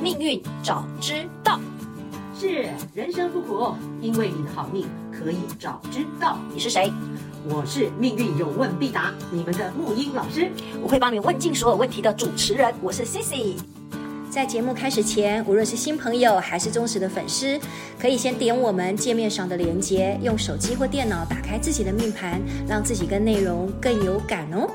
命运早知道。是人生不苦，因为你的好命可以早知道。你是谁？我是命运有问必答，你们的木英老师。我会帮你问尽所有问题的主持人。我是 Cici。在节目开始前，无论是新朋友还是忠实的粉丝，可以先点我们界面上的连接，用手机或电脑打开自己的命盘，让自己跟内容更有感哦。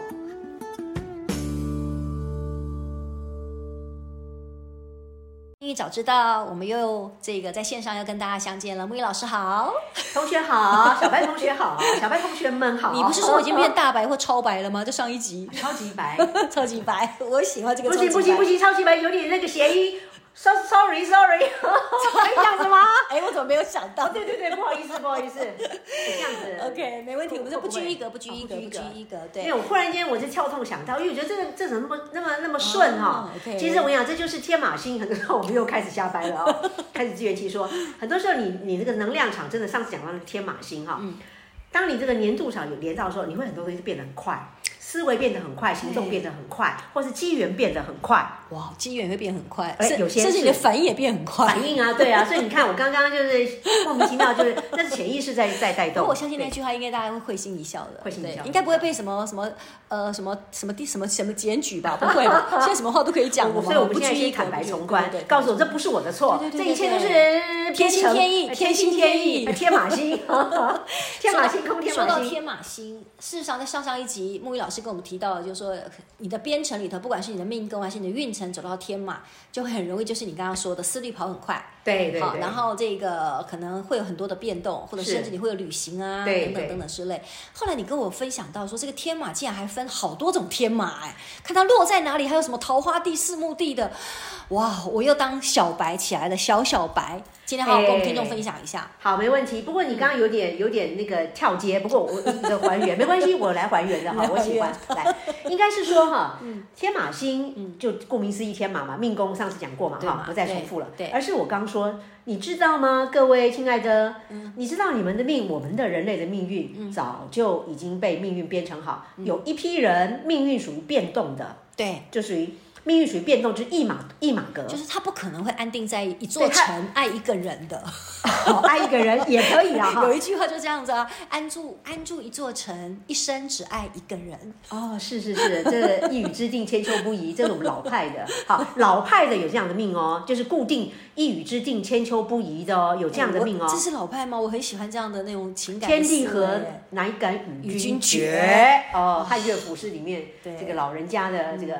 英语早知道，我们又这个在线上要跟大家相见了。木鱼老师好，同学好，小白同学好，小白同学们 好。你不是说我已经变大白或超白了吗？就上一集超级白？ 超级白，我喜欢这个 不超级行白。不行不行，超级白有点那个谐音。So sorry sorry，可以 这样子吗？哎，我怎么没有想到？对对对，不好意思不好意思，这样 子。 OK，没问题，我们就不拘一格，不拘一格，哎啊不不拘一格，对因为。我忽然间我是跳痛想到，因为我觉得这个这怎么那么那么那么顺哦哈、，OK 其实我跟你讲，这就是天马星，很多时候我们又开始瞎掰了哦， 开始自圆其说。很多时候你你这个能量场真的上次讲到的天马星哈、嗯当你这个年度场有连到的时候，你会很多东西变得很快，思维变得很快，行动变得很快，或是机缘变得很快。哇，机缘会变很快，哎甚有些甚至你是的反应也变很快。反应啊，对啊，所以你看我刚刚就是莫名其妙，就是那是潜意识在在带不动。过我相信那对句话应该大家会会心一笑的，会心一对笑应该不会被什么什么呃什么什么第什么什么检举吧？不会 吧？现在什么话都可以讲了我嘛，所以我们不现在拘一先格坦白不拘从宽对对，对告诉我这不是我的错对，对这对一切都是天心编程天意呃天天心心天天意意，呃天马星，天马星空天说马到星。天马星，事实上在上上一集，木鱼老师跟我们提到的，就是说你的编程里头，不管是你的命宫还是你的运程，走到天马，就会很容易就是你刚刚说的思虑跑很快，对对好，对，然后这个可能会有很多的变动，或者是甚至你会有旅行啊，等对等对等等之类。后来你跟我分享到说，这个天马竟然还分好多种天马，哎，看它落在哪里，还有什么桃花地、四墓地的，哇！我又当小白起来了，小小白，今天好好跟我们哎听众分享一下。好，没问题。不过你刚刚有点有点那个跳接，不过我我一个还原没关系，我来还原 的哈，我喜欢。来，应该是说哈，嗯天马星就顾名思义天马嘛，命宫上次讲过嘛对嘛哈，不再重复了。对对而是我刚说，你知道吗，各位亲爱的，嗯你知道你们的命，我们的人类的命运早就已经被命运编程好，嗯有一批人命运属于变动的，对，就属于命运属于变动，就是一马一马格，就是他不可能会安定在一座对它城爱一个人的。 好爱一个人也可以啊哈有。一句话就这样子啊，安住安住一座城，一生只爱一个人。哦，是是是，这一语之定，千秋不移，这是我们老派的。好，老派的有这样的命哦，就是固定一语之定，千秋不移的哦，有这样的命哦哎我。这是老派吗？我很喜欢这样的那种情感的天地思维合哎，乃敢与与君君绝绝。哦，汉乐府诗里面对嗯这个老人家的这个。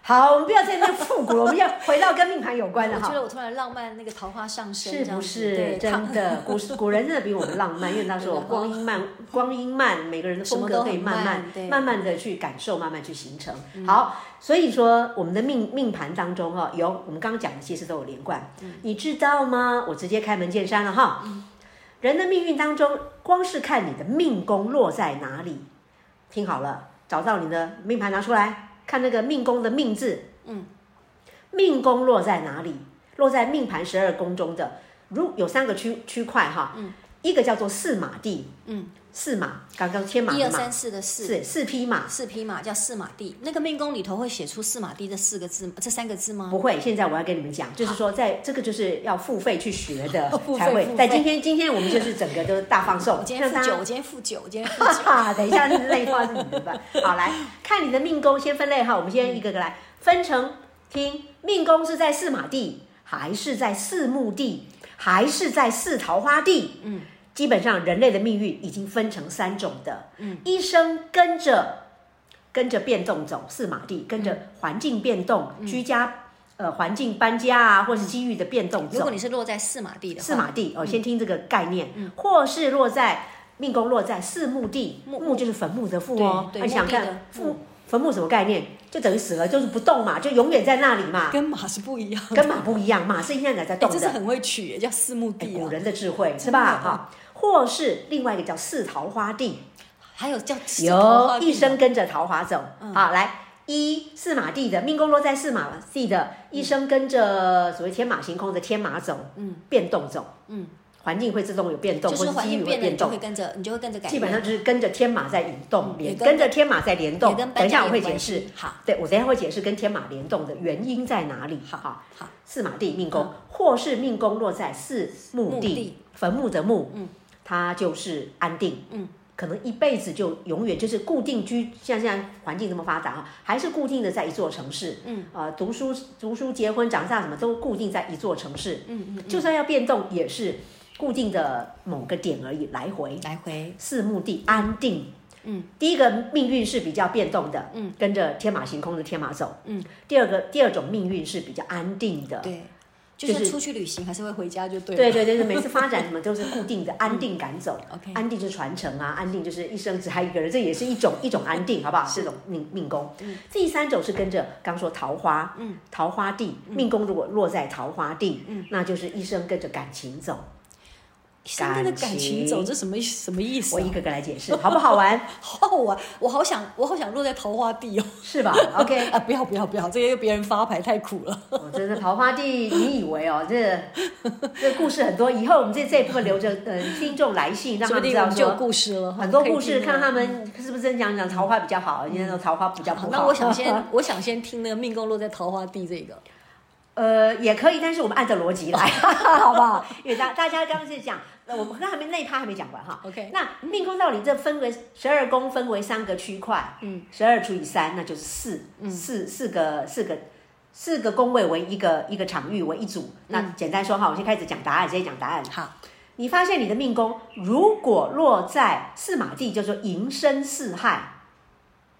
好，我们不要在那边复古了，我们要回到跟命盘有关的我哈觉。得我突然浪漫那个桃花上升，是这不样子是对真唐 的？古时古人真的比我们浪漫，因为那时候对的光阴 慢，光阴慢，每个人的风什么格都可以很慢慢慢、对嗯慢慢的去感受，慢慢去形成。好，所以说我们的命命盘当中哈、有我们刚刚讲的其实都有连贯，嗯你知道吗？我直接开门见山了哈。人的命运当中，光是看你的命宫落在哪里，听好了，找到你的命盘拿出来，看那个命宫的命字，命宫落在哪里？落在命盘十二宫中的，如有三个区区块哈，嗯一个叫做四马地，嗯，四马，刚刚天马一的二马，三四的四。四四匹马四匹马叫四马地，那个命宫里头会写出四马地这四个字，这三个字吗？不会。现在我要跟你们讲，就是说在这个就是要付费去学的哦付费才会付。费在今天今天我们就是整个都大放 送，我今天让负大九，家我今天负九，我今天负 哈九。哈，等一下，那一段是你的吧？好，来看你的命宫，先分类哈。我们先一个个来分成。听，命宫是在四马地，还是在四墓地，还是在四桃花地？嗯，基本上人类的命运已经分成三种的。嗯，一生跟着跟着变动走，四马地跟嗯着环境变动，居家呃环境搬家啊，或是机遇的变动嗯如走果。你是落在四马地的话，四马地哦，先听这个概念，嗯或是落在命宫落在四墓地，墓墓就是坟墓的墓哦。对对那你想墓地的看墓墓坟墓什么概念？就等于死了就是不动嘛，就永远在那里嘛，跟马是不一样的，跟马不一样，马是现在在哎动这是的，很会取耶，叫四墓哎地古啊，人的智慧是真吧？的啊哈，或是另外一个叫四桃花地，还有叫四桃有花地一生跟着桃花走。嗯好，来一四马地的命宫落在四马地的，一生跟着所谓天马行空的天马走，嗯，变动走，嗯，环境会自动有变动，就或是者环机遇境会变了，你变就动会。跟着，你就会跟着改变，嗯基本上就是跟着天马在移动，也联跟着跟着天马在联动也跟。等搬一家下有我关会系解释，好，对我等一下会解释跟天马联动的原因在哪里。好哈，好，四马地命宫，或是命宫落在四墓墓嗯地地，坟墓的墓，嗯它就是安定，嗯可能一辈子就永远就是固定居，像现在环境这么发达啊，还是固定的在一座城市，嗯，啊，读书、读书、结婚、长大什么都固定在一座城市，嗯嗯，就算要变动也是固定的某个点而已，来回。来回，四目地安定。嗯，第一个命运是比较变动的，嗯，跟着天马行空的天马走，嗯。第二个第二种命运是比较安定的，对，就呃就是是出去旅行还是会回家就对了。对对对，就是每次发展什么都是固定的，安定感走。 OK 安定就是传承啊，安定就是一生只爱一个人，这也是一种一种安定，好不好？这种命命宫。第三种是跟着刚说桃花，嗯，桃花地命宫如果落在桃花地，嗯，那就是一生跟着感 情走。现在的感情走，感情这什么意什么意思我啊、一个个来解释，好不好玩？ 好好玩，我好想，我好想落在桃花地哦。 是吧？OK，啊，不要不要不要，这个又别人发牌太苦了。哦，真的桃花地，你以为哦，这这故事很多，以后我们这这一部分留着，呃，听众来信让说他不定们知我道们就有说。故事了，很多可以故事，听啊看了他们是不是真讲讲桃花比较好，人家说桃花比较不好好。那我想先，我想先听那个命宫落在桃花地这 个。呃，也可以，但是我们按照逻辑来， 好不好？因为大大家刚刚是讲，呃我们刚刚还没那一趴还没讲完哈。 OK 那命宫道理这分为十二宫分为三个区块，嗯，十二除以三那就是四，四四个四个四个宫位为一个一个场域为一组。那嗯简单说哈，我先开始讲答案，直接讲答案。 好，你发现你的命宫如果落在四马地，叫做寅申巳亥。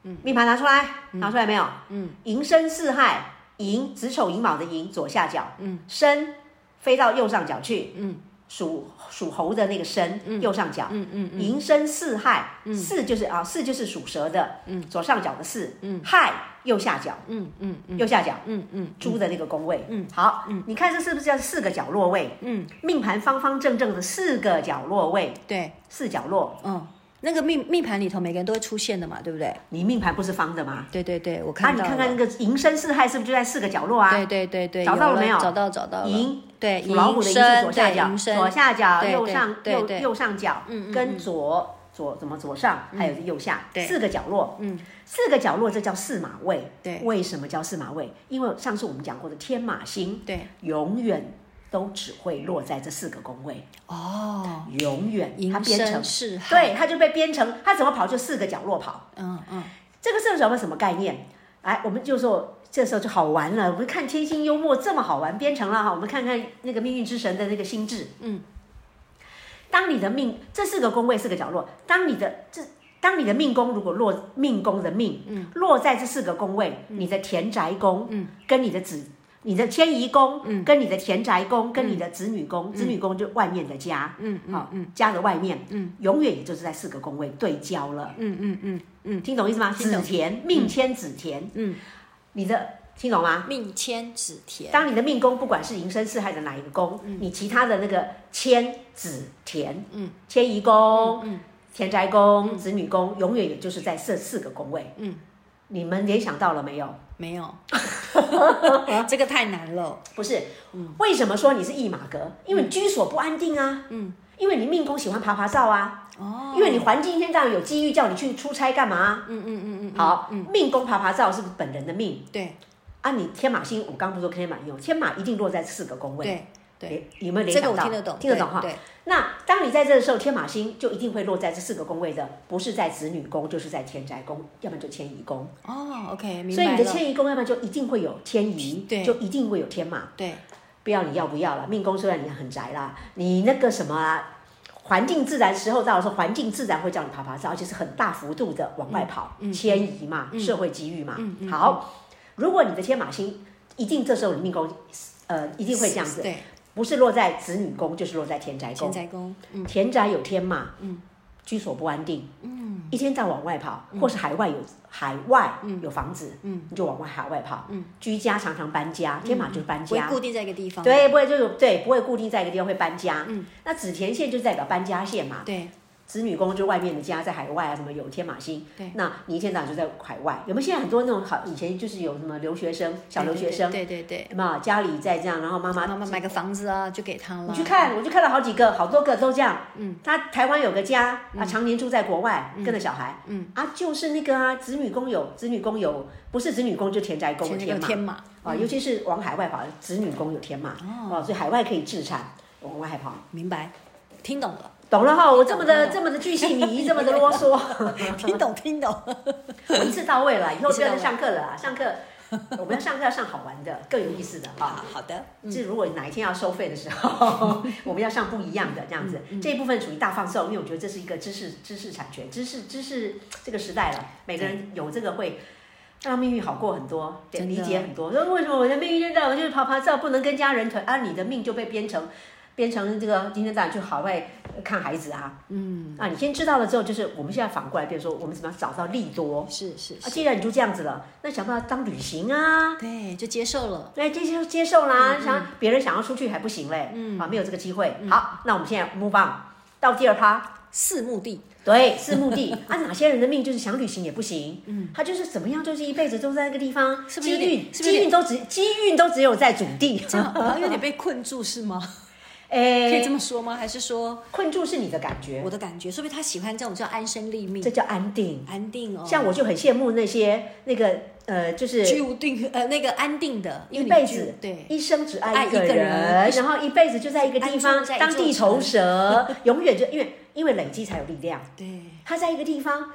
嗯，命盘拿出来，拿出来没有？嗯，寅申巳亥，寅子丑寅卯的寅，左下角。嗯，申飞到右上角去。嗯，属属猴的那个申，右上角。嗯嗯嗯，寅申巳亥，巳就是啊，巳就是属蛇的，嗯，左上角的巳，嗯，亥右下角，嗯嗯嗯右下角，嗯嗯，猪的那个宫位。嗯，好，你看这是不是叫四个角落位？嗯，命盘方方正正的四个角落位，对，四角落。嗯，那个命命盘里头每个人都会出现的嘛，对不对？你命盘不是方的吗？对对对，我啊，看你到了。看看那个寅申巳亥是不是就在四个角落啊对？对对对，找到有了没有找到找到了。寅对，属老虎的寅是左下角，寅申左下角对右对上对右对右上角嗯嗯，跟嗯左左怎么左上，还有右下对四个角落。嗯，四个角落这叫四马位。对为什么叫四马位？因为上次我们讲过的天马星对永远都只会落在这四个宫位。哦，永远它寅编程申，是，对，它就被编程，它怎么跑就四个角落跑。嗯嗯，这个是什么什么概念？来，我们就说这时候就好玩了。我们看天星幽默这么好玩，编程了哈。我们看看那个命运之神的那个心智。嗯，当你的命这四个宫位四个角落，当你的这当你的命宫如果落命宫的命，嗯，落在这四个宫位，嗯你的田宅宫，嗯，跟你的子。你的迁移宫，嗯，跟你的田宅宫，跟你的子女宫，子女宫就外面的家，嗯嗯好，家的外面，嗯，永远也就是在四个宫位对焦了，嗯嗯嗯嗯，听懂意思吗？听子懂田命迁子田，嗯，你的听懂吗？命迁子田，当你的命宫不管是寅申巳亥的哪一个宫，你其他的那个迁子田，嗯，迁移宫、嗯田宅宫、子女宫，永远也就是在这四个宫位。嗯，你们联想到了没有？没 有，这个太难了。不是，为什么说你是驿马格？因为居所不安定啊，嗯，因为你命宫喜欢爬爬照啊，哦，因为你环境一天到晚有机遇叫你去出差干嘛啊？嗯嗯嗯嗯，好，命宫爬爬照是不是本人的命？对啊，你天马星，我刚不是说天马有，天马一定落在四个宫位。对对，诶，有没有联这个想我到？听得懂，听得懂哈。对，对那当你在这的时候，天马星就一定会落在这四个宫位的，不是在子女宫，就是在田宅宫，要不然就迁移宫。哦，OK，明所以白你的了。迁移宫，要不然就一定会有迁移，对就一定会有天马。对，不要你要不要了，命宫虽然你很宅啦，你那个什么啊，环境自然时候到的时候，环境自然会叫你爬爬照，而且是很大幅度的往外跑，嗯迁移嘛，社会机遇嘛。好，如果你的天马星一定这时候你命宫，呃，一定会这样子，对，不是落在子女宫，就是落在田宅宫田。宅宫，嗯田宅有天马，居所不安定，嗯一天到晚往外跑，或是海外有海外有房子，嗯你就往外海外跑，居家常常搬家，天马就是搬不会家。固定在一个地方。对，不会就有对，不会固定在一个地方会搬家。那紫田线就代表搬家线嘛。嗯对，子女宫就是外面的家，在海外啊，什么有天马星，对那你天长就在海外。有没有现在很多那种好，以前就是有什么留学生、小留学生，对对对，有没有家里在这样，然后妈妈妈妈买个房子啊，就给他了。你去看，我就看了好几个，好多个都这样。嗯，他台湾有个家，啊，常年住在国外，跟着小孩。嗯，啊，就是那个啊，子女宫有，子女宫有，不是子女宫就田宅宫前那有个天天嘛。马，哦啊，尤其是往海外跑，子女宫有天嘛。哦，所以海外可以置产，往外跑。明白？听懂 了，懂了哈，我这么懂的了这么的巨细靡遗，这么的啰 嗦，听懂，听懂。我一次到位了，以后不要再一次到位上课了啊！上课我们要上课要上好玩的，更有意思的啊。 啊，好的，是如果哪一天要收费的 时候，我们要上不一样的这样子，嗯这一部分属于大放送，因为我觉得这是一个知识知识产权，知识知识这个时代了，每个人有这个会。让命运好过很多，对真的理解很多。说为什么我的命运现在我就是爬爬照，不能跟家人团啊？你的命就被编成，编成这个今天早上去海外呃看孩子啊，嗯，啊，你先知道了之后，就是我们现在反过来变说，我们怎么样找到利多？是是啊，，既然你就这样子了，那想办法当旅行啊，对，就接受了。对，这就接受啦。嗯想别人想要出去还不行嘞，啊，没有这个机会。好，那我们现在 move on 到第二趴，四目的，对，是目 的啊。哪些人的命就是想旅行也不行，嗯，他就是怎么样，就是一辈子都在那个地方，是不是有机点运是不是有机运都只机运都只有在主 地。这 样好像有点被困住是 吗？可以哎这，么说吗？还是说困住是你的感觉我，的感觉，说不定他喜欢这种叫安身立命这、叫安定。安定哦，像我就很羡慕那些那个呃，就是居无定呃那个安定的，因为一你辈居子对一生只爱一个爱一个人人，然后一辈子就在一个地安方住在一座当地头蛇，永远就因为因为累积才有力量。对他在一个地方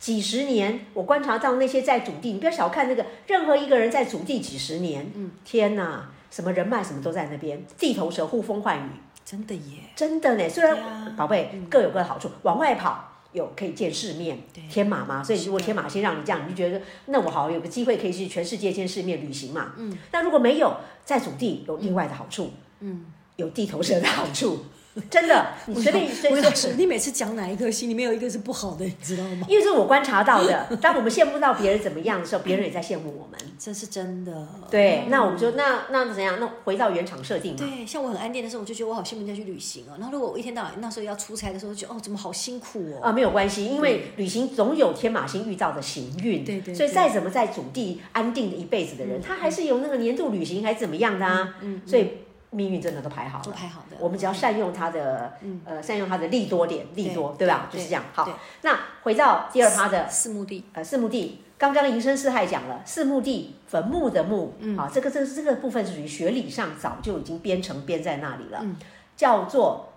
几十年，我观察到那些在主地，你不要小看那个任何一个人在主地几十年，嗯，天哪，什么人脉什么都在那边，地头蛇呼风唤雨，真的耶，真的呢。虽对啊然宝贝各有各的好处，往外跑。有可以见世面，天马嘛，所以如果天马先让你这样，你就觉得那我好有个机会可以去全世界见世面旅行嘛。嗯，那如果没有在主地有另外的好处，嗯，有地头蛇的好处，真的，你随便随魏随老师，你每次讲哪一颗星，里面有一个是不好的，你知道吗？因为这是我观察到的。当我们羡慕到别人怎么样的时候，别人也在羡慕我们。 这是真的。对，那我们就那那怎样？那回到原厂设定嘛。嗯对，像我很安定的时候，我就觉得我好羡慕人家去旅行哦。然后如果我一天到晚那时候要出差的时候，就觉得哦，怎么好辛苦哦。啊，没有关系，因为旅行总有天马星遇到的行运，对对嗯所以对再怎么在主地安定的一辈子的人，他还是有那个年度旅行还是怎么样的啊，嗯所以命运真的都排好了，都排好的我们只要善用它的，呃，善用它的利多点，利多，对吧？就是这样。对好，那回到第二趴的四目的，呃，四墓地，刚刚银生四害讲了，四墓地坟墓的墓，嗯啊，这个这个这个部分是属于学理上早就已经编程编在那里了，嗯叫做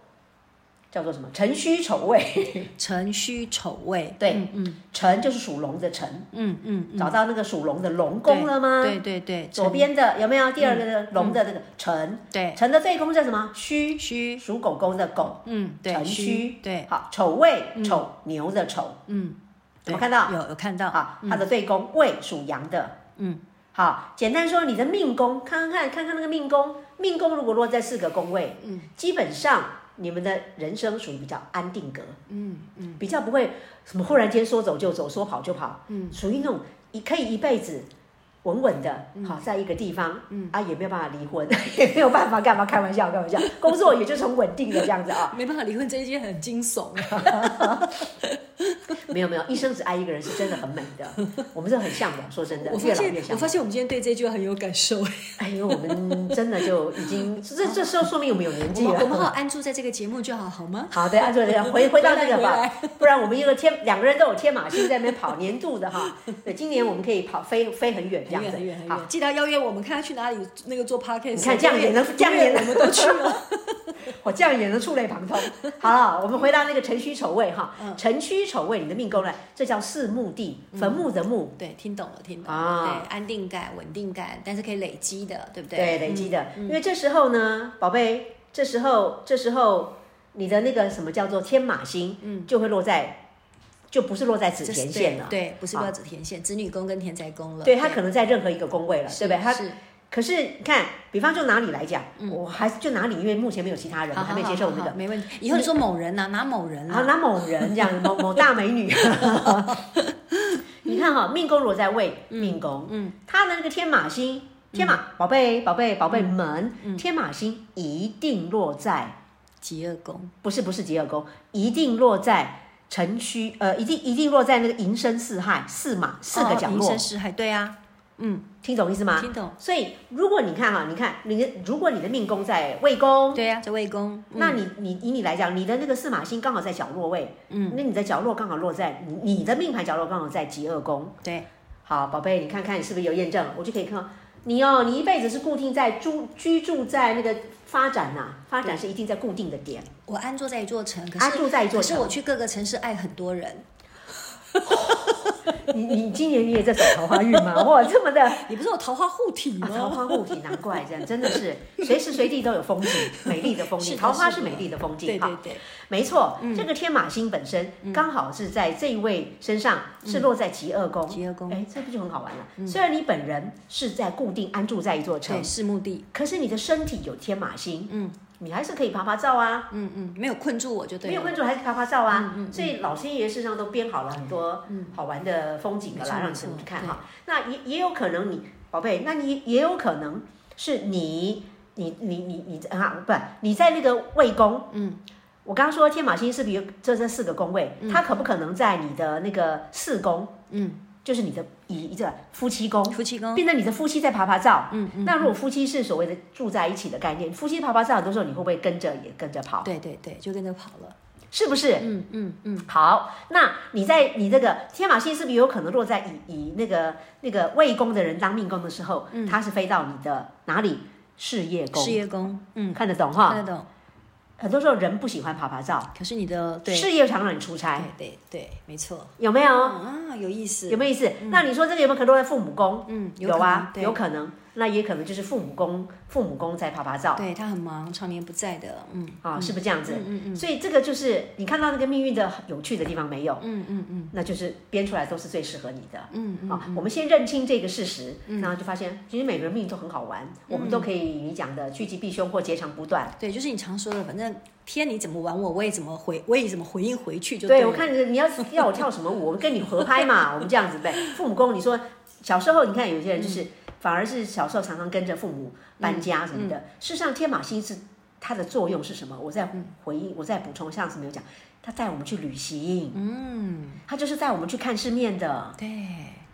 叫做什么？辰戌丑未， 辰戌丑未，对，嗯，辰、就是属龙的辰，嗯嗯，找到那个属龙的龙宫了吗？对对对，嗯左边的有没有第二个的龙的那个辰？对辰的对宫叫什么？戌，嗯戌，属狗狗的狗，嗯，对，辰戌，对，好，丑未，丑牛的丑，嗯，有没有看到？有有看到好，它的对宫未属阳的，嗯，好，简单说你的命宫，看看看看看那个命宫，命宫如果落在四个宫位，嗯，基本上你们的人生属于比较安定格，嗯嗯，比较不会什么忽然间说走就走，说跑就跑，嗯，属于那种一可以一辈子。稳稳的，好，在一个地方，嗯啊，也没有办法离婚， 也没有办法干嘛？开玩笑，开玩笑，工作也就是很稳定的这样子啊，没办法离婚这一件很惊悚，啊没有没有，一生只爱一个人是真的很美的，我们这很向往，说真的我，发越老越现向我往发。现我们今天对这句话很有感受，哎呦，我们真的就已经这这时候说明我们有年我纪们了。我们好好安住在这个节目就好，好吗？ 好的，按照这个回回到那个回吧来，不然我们一个天两个人都有天马星在那边跑年度的哈。对，今年我们可以跑飞飞很远这样很远子很远很。好远，，记得要邀约我们，看他去哪里那个做 podcast。你看这样也能这样也能我们都去了。我这样也能触类旁通。好了，我们回到那个辰戌丑未哈，嗯辰戌丑未，你的命宫呢？这叫四墓地，坟墓的墓，对，听懂了，听懂了。啊对，安定感、稳定感，但是可以累积的，对不对？嗯对，累积的。因为这时候呢，宝贝，这时候这时候你的那个什么叫做天马星，嗯，就会落在，就不是落在子这是田线了。啊对，对不是不要子田线，子女宫跟田宅宫了。对他可能在任何一个工位了，对不对？他是可是你看，比方就拿你来讲，我还是就拿你，因为目前没有其他人，好好还没接受我们好好的嗯好，没问题。以后你说某人呐，拿某人然后啊，拿某人这样，某某大 美女。 你看哈、命宫如果在位，命宫，嗯，他的那个天马星，嗯天马宝贝宝贝宝贝们，天马星一定落在极恶宫，不是不是极恶宫，一定落在城区，呃，一定一定落在那个寅申巳亥四马四个角哦银落，生四海，对啊，嗯，听懂意思吗？听懂。所以如果你看哈、你看你的，如果你的命宫在未宫，对呀、啊，在魏宫，嗯那你你以你来讲，你的那个四马星刚好在角落位，嗯，那你的角落刚好落在你你的命盘角落刚好在极恶宫。对，好，宝贝，你看看你是不是有验证？我就可以看到你哦，你一辈子是固定在住居住在那个发展呐、发展是一定在固定的点，我安坐在一座城，可是安住在一座可是我城。去各个城市爱很多人，你你今年你也在走桃花运吗？哇，这么的你不是有桃花护体哦啊，桃吗？花护体，难怪这样，真的是随时随地都有风景，美丽的风是景。的桃花是是的美丽的风景，对哈对对，没错，嗯这个天马星本身刚好是在这一位身上是落在极恶宫，嗯极恶宫嗯哎，这不就很好玩了？虽然你本人是在固定安住在一座城对，，是目的，可是你的身体有天马星，嗯你还是可以爬爬照啊，嗯嗯，没有困住我就对了，嗯没有困住还是爬爬照啊。所以老天爷身上都编好了很多好玩的风景的啦，没错让没你错去看哈。那也也有可能你宝贝，那你也有可能是你你你你你啊，不，你在那个魏宫，嗯。我刚刚说天马星是不是有这这四个宫位？它可不可能在你的那个四宫？嗯，就是你的以这个夫妻宫，夫妻宫，变成你的夫妻在爬爬照。嗯嗯。那如果夫妻是所谓的住在一起的概念，夫妻爬爬照，很多时候你会不会跟着也跟着跑？对对对，就跟着跑了，是不是？嗯嗯嗯，好，那你在你这个天马星是不是有可能落在以以那个那个未宫的人当命宫的时候，嗯它是飞到你的哪里事业宫？事业宫，嗯，看得懂看哈？得懂，很多时候人不喜欢爬爬照，可是你的对，事业常让你出差，对对对，没错，有没有？啊，有意思，有没有意思？那你说这个有没有可能落在父母宫？嗯，有啊，有可可能。那也可能就是父母宫，父母宫在爬爬照能对，对他很忙，常年不在的，嗯，啊，是不是这样子？嗯嗯嗯所以这个就是你看到那个命运的有趣的地方没有？嗯嗯嗯那就是编出来都是最适合你的。嗯嗯，啊，我们先认清这个事实，然后就发现其实每个人命都很好玩，嗯我们都可以你讲的趋吉避凶或截长补短。对，就是你常说的，反正天你怎么玩我，我也怎么回，我也怎么回应回去就对了我看你 你要要我跳什么舞，我们跟你合拍嘛，我们这样子呗。父母宫，你说小时候你看有些嗯人就是、反而是小时候常常跟着父母搬家什么嗯的，事实上天马星是它的作用是什么？我再回应，我再补充，上次没有讲，它带我们去旅行，嗯，它就是带我们去看世面的，对。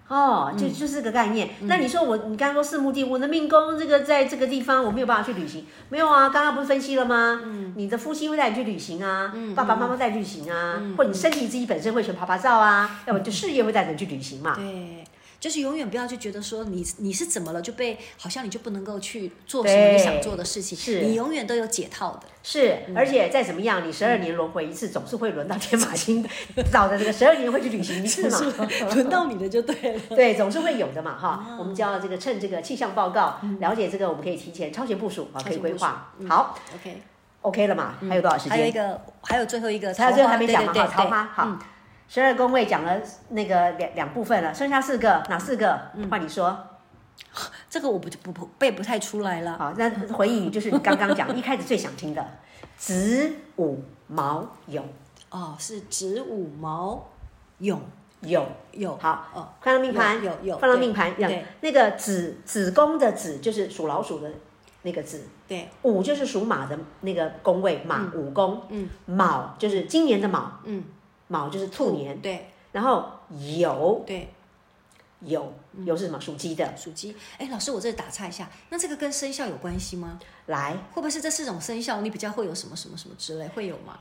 哦，就就是这个概念。那你说我，你刚刚说四目地，我的命宫这个在这个地方我没有办法去旅行，没有啊？刚刚不是分析了吗？你的夫妻会带你去旅行啊，爸爸妈妈带你去旅行啊，或者你身体自己本身会选爬爬照啊，要不就事业会带着你去旅行嘛。对，就是永远不要去觉得说你你是怎么了，就被好像你就不能够去做对什么你想做的事情，是你永远都有解套的。是，而且再怎么样，你十二年轮回一次，总是会轮到天马星 找的这个十二年会去哦旅行一次嘛。 轮到你的就对了。对，总是会有的嘛，哈。我们就要这个趁这个气象报告了解这个，我们可以提前嗯超前部署嗯啊，可以前规部划。好 OK， ，OK 了嘛？还有多少时间？还有一个，还有最后一个，还有最后还没桃讲花哦对对嘛，哈，桃对嗯花好，十二宫位讲了那个两两部分了，剩下四个哪四个？嗯换你说。这个我不不不背不太出来了。好，那回应你就是你刚刚 讲一开始最想听的子午卯酉哦，是子午卯酉酉，酉。好哦，看到命盘有有有放到对命盘两对那个子子宫的子就是属老鼠的那个子。对，午就是属马的那个宫位，马午宫。嗯，卯就是今年的卯，嗯，卯就是兔年。对然后酉对，酉嗯酉是什么？属鸡的。属鸡。哎，老师，我这打岔一下，那这个跟生肖有关系吗？来，会不会是这四种生肖你比较会有什么什么什么之类会有吗？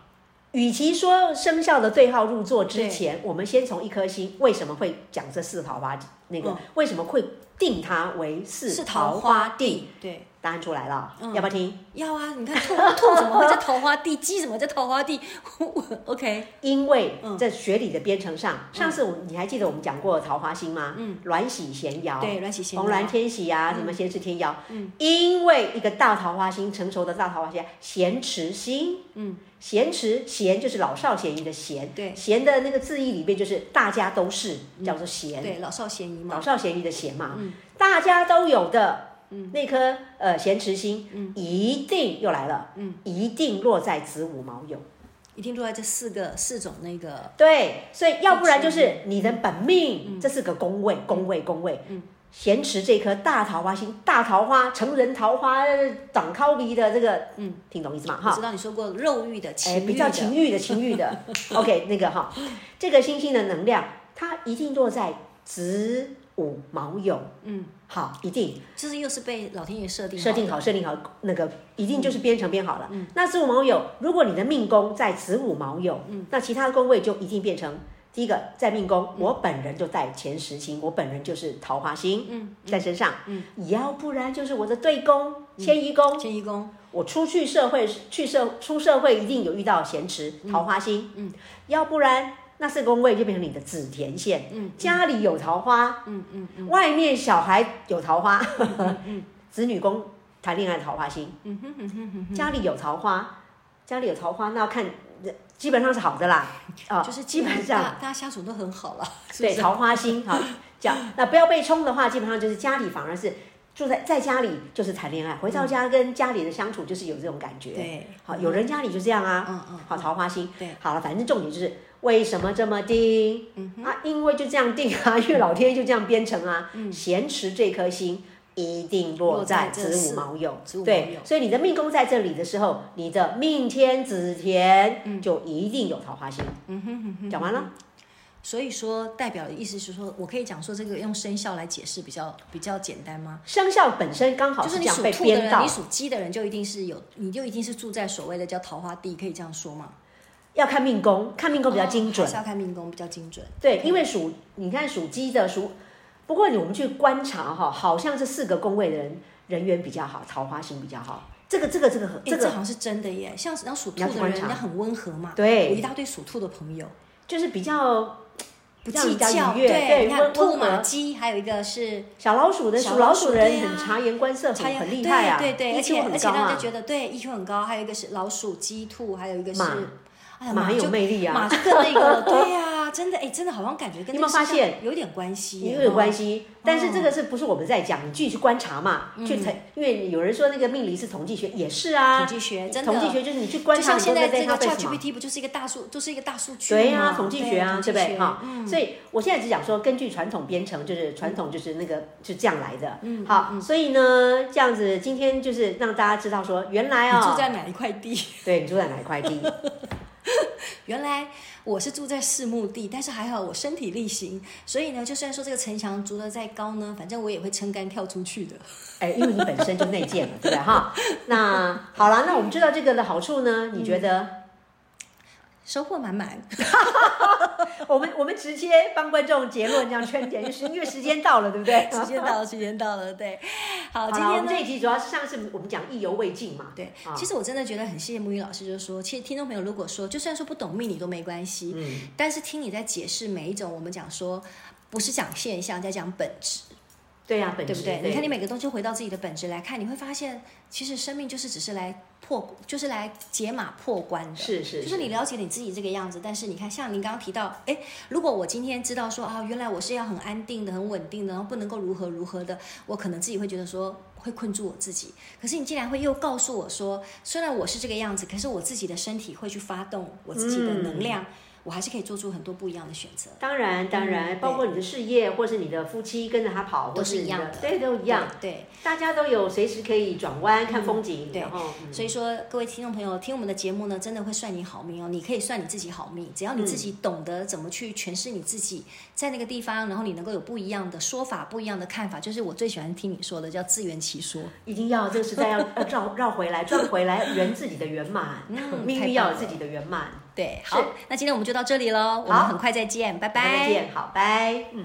与其说生肖的对号入座之前，我们先从一颗星为什么会讲这四桃花那个、嗯为什么会定它为四是桃桃花花地？地，对。答案出来了，嗯要不要听？要啊，你看兔兔怎么会在桃花地，鸡怎么在桃花地我？OK，因为嗯在学理的编程上，上次我你还记得我们讲过桃花星吗？嗯，鸾喜闲摇，对，乱起先嗯红鸾天喜啊，什么咸池天姚，因为一个大桃花星成熟的大桃花星，咸池星，嗯，咸池咸就是老少咸宜的咸，对嗯咸的那个字义里面就是大家都是叫做咸，对老少咸宜嘛老，少咸宜的咸嘛，嗯大家都有的，那颗呃咸池星，嗯一定又来了，一定落在子午卯酉。一定落在这四个四种那个嗯对，所以要不然就是你的本命，这是个宫位，宫位，宫位，咸池这颗大桃花星，大桃花，成人桃花，呃长高鼻的这个，嗯，听懂意思吗？我哈知，道你说过肉欲的情哎，欲的，比较情欲的，情欲 的，OK，那个哈，这个星星的能量，它一定落在子午卯酉，嗯，好，一定。就是又是被老天爷设定设定的嗯好，设定好，那个一定就是编程编好了。那子午卯酉，如果你的命宫在子午卯酉，嗯那其他的宫位就一定变成第一个在命宫，我本人就在前十星，我本人就是桃花星，嗯在身上，要不然就是我的对宫嗯迁移宫，迁移宫，我出去社会去社出社会一定有遇到咸池桃花星，嗯，要不然那四个宫位就变成你的紫田线，嗯，家里有桃花，嗯嗯，外面小孩有桃花， 子女宫谈恋爱的桃花星，嗯哼哼哼，家里有桃花，家里有桃花，那要看基本上是好的啦，啊，就是基本上大大家相处都很好了，是不对，是桃花心哈，这样那不要被冲的话，基本上就是家里反而是住在在家里就是谈恋爱，回到家跟家里的相处就是有这种感觉。对好，有人家里就这样啊，嗯嗯好桃花心。对，好了，反正重点就是为什么这么定？嗯啊，因为就这样定啊，因为老天爷就这样编程啊。嗯，咸池这颗星。一定落落在在这子午四卯子午酉，卯对，酉所以你的命宫在这里的时候，你的命天子嗯田就一定有桃花星。嗯哼哼，讲完了。所以说代表的意思是说，我可以讲说这个用生肖来解释比较比较简单吗？生肖本身刚好就是这你样属被兔的编人，到你，属鸡的人就一定是有，你就一定是住在所谓的叫桃花地，可以这样说吗？要看命宫，看命宫比较精准还。是要看命宫比较精准。对，因为属你看属鸡的属，不过你我们去观察哈，好像这四个宫位的人人缘比较好，桃花心比较好。这个这个这个很这这这个好像是真的耶，像然后属兔你要去的人，观人察家很温和嘛。对我一大堆属兔的朋友，就是比较不这样计比较较。愉悦对你看温兔温马和鸡，还有一个是小老鼠的小属老老鼠鼠的人对啊很察言观色，还很有很厉害啊，对对对，而且 EQ 而很且高让人家啊。觉得对 EQ 很高，还有一个是老鼠、鸡、兔，还有一个是马哎呀马很有就魅力啊马就更那个了，对呀，真的哎，真的好像感觉跟你有没有这个发星象有点关系耶，也有关哦。嗯系，但是这个是不是我们在讲？你自己去观察嘛，去才，因为有人说那个命理是统计学，也是啊，统计学真的统计学就是你去观就像察很现多在的这个 database 嘛。 ChatGPT 不就是一个大数，就是一个大数据对嘛呀、统计学啊，对不对？哈、，统计学嗯所以我现在只讲说，根据传统编程，就是传统就是那个是这样来的。嗯，好，所以呢，这样子今天就是让大家知道说，原来你哦，住在哪一块地？ 对你住在哪一块 地？原来我是住在四墓地，但是还好我身体力行，所以呢，就算说这个城墙筑得再高呢，反正我也会撑杆跳出去的。 哎，因为你本身就内建了，对不对？ 哈，那好了，那我们知道这个的好处呢，你觉得？收获满满， 我们我们直接帮观众结论，这样圈点，就是因为时间到了，对不 对？时间到了，时间到了，对。好，今好了，我天们呢这，一集主要是上次我们讲意犹未尽嘛，对啊，其实我真的觉得很谢谢木鱼老师，就是说，其实听众朋友如果说，就算说不懂命理都没关系，嗯，但是听你在解释每一种，我们讲说，不是讲现象，在讲本质，对呀、本对质不对？你看你每个东西回到自己的本质来看，你会发现，其实生命就是只是来破，就是来解码破关的。是是就是你了解你自己这个样子，但是你看，像您刚刚提到，哎，如果我今天知道说啊，原来我是要很安定的、很稳定的，然后不能够如何如何的，我可能自己会觉得说会困住我自己。可是你竟然会又告诉我说，虽然我是这个样子，可是我自己的身体会去发动我自己的嗯能量，我还是可以做出很多不一样的选择。当然，当然，嗯包括你的事业，或是你的夫妻跟着他跑，都或是是一你样的的，对，都一样，对。对大家都有随时可以转弯看风景，对然后嗯所以说，各位听众朋友，听我们的节目呢，真的会算你好命哦。你可以算你自己好命，只要你自己懂得怎么去诠释你自己，在那个地方，然后你能够有不一样的说法、不一样的看法，就是我最喜欢听你说的，叫自圆其说。一定要这个时代 要要绕绕回来，转回来圆自己的圆满，嗯命太棒运要了有自己的圆满。对，是好，那今天我们就到这里喽，我们好很快再见，拜拜。再见，好，拜，嗯。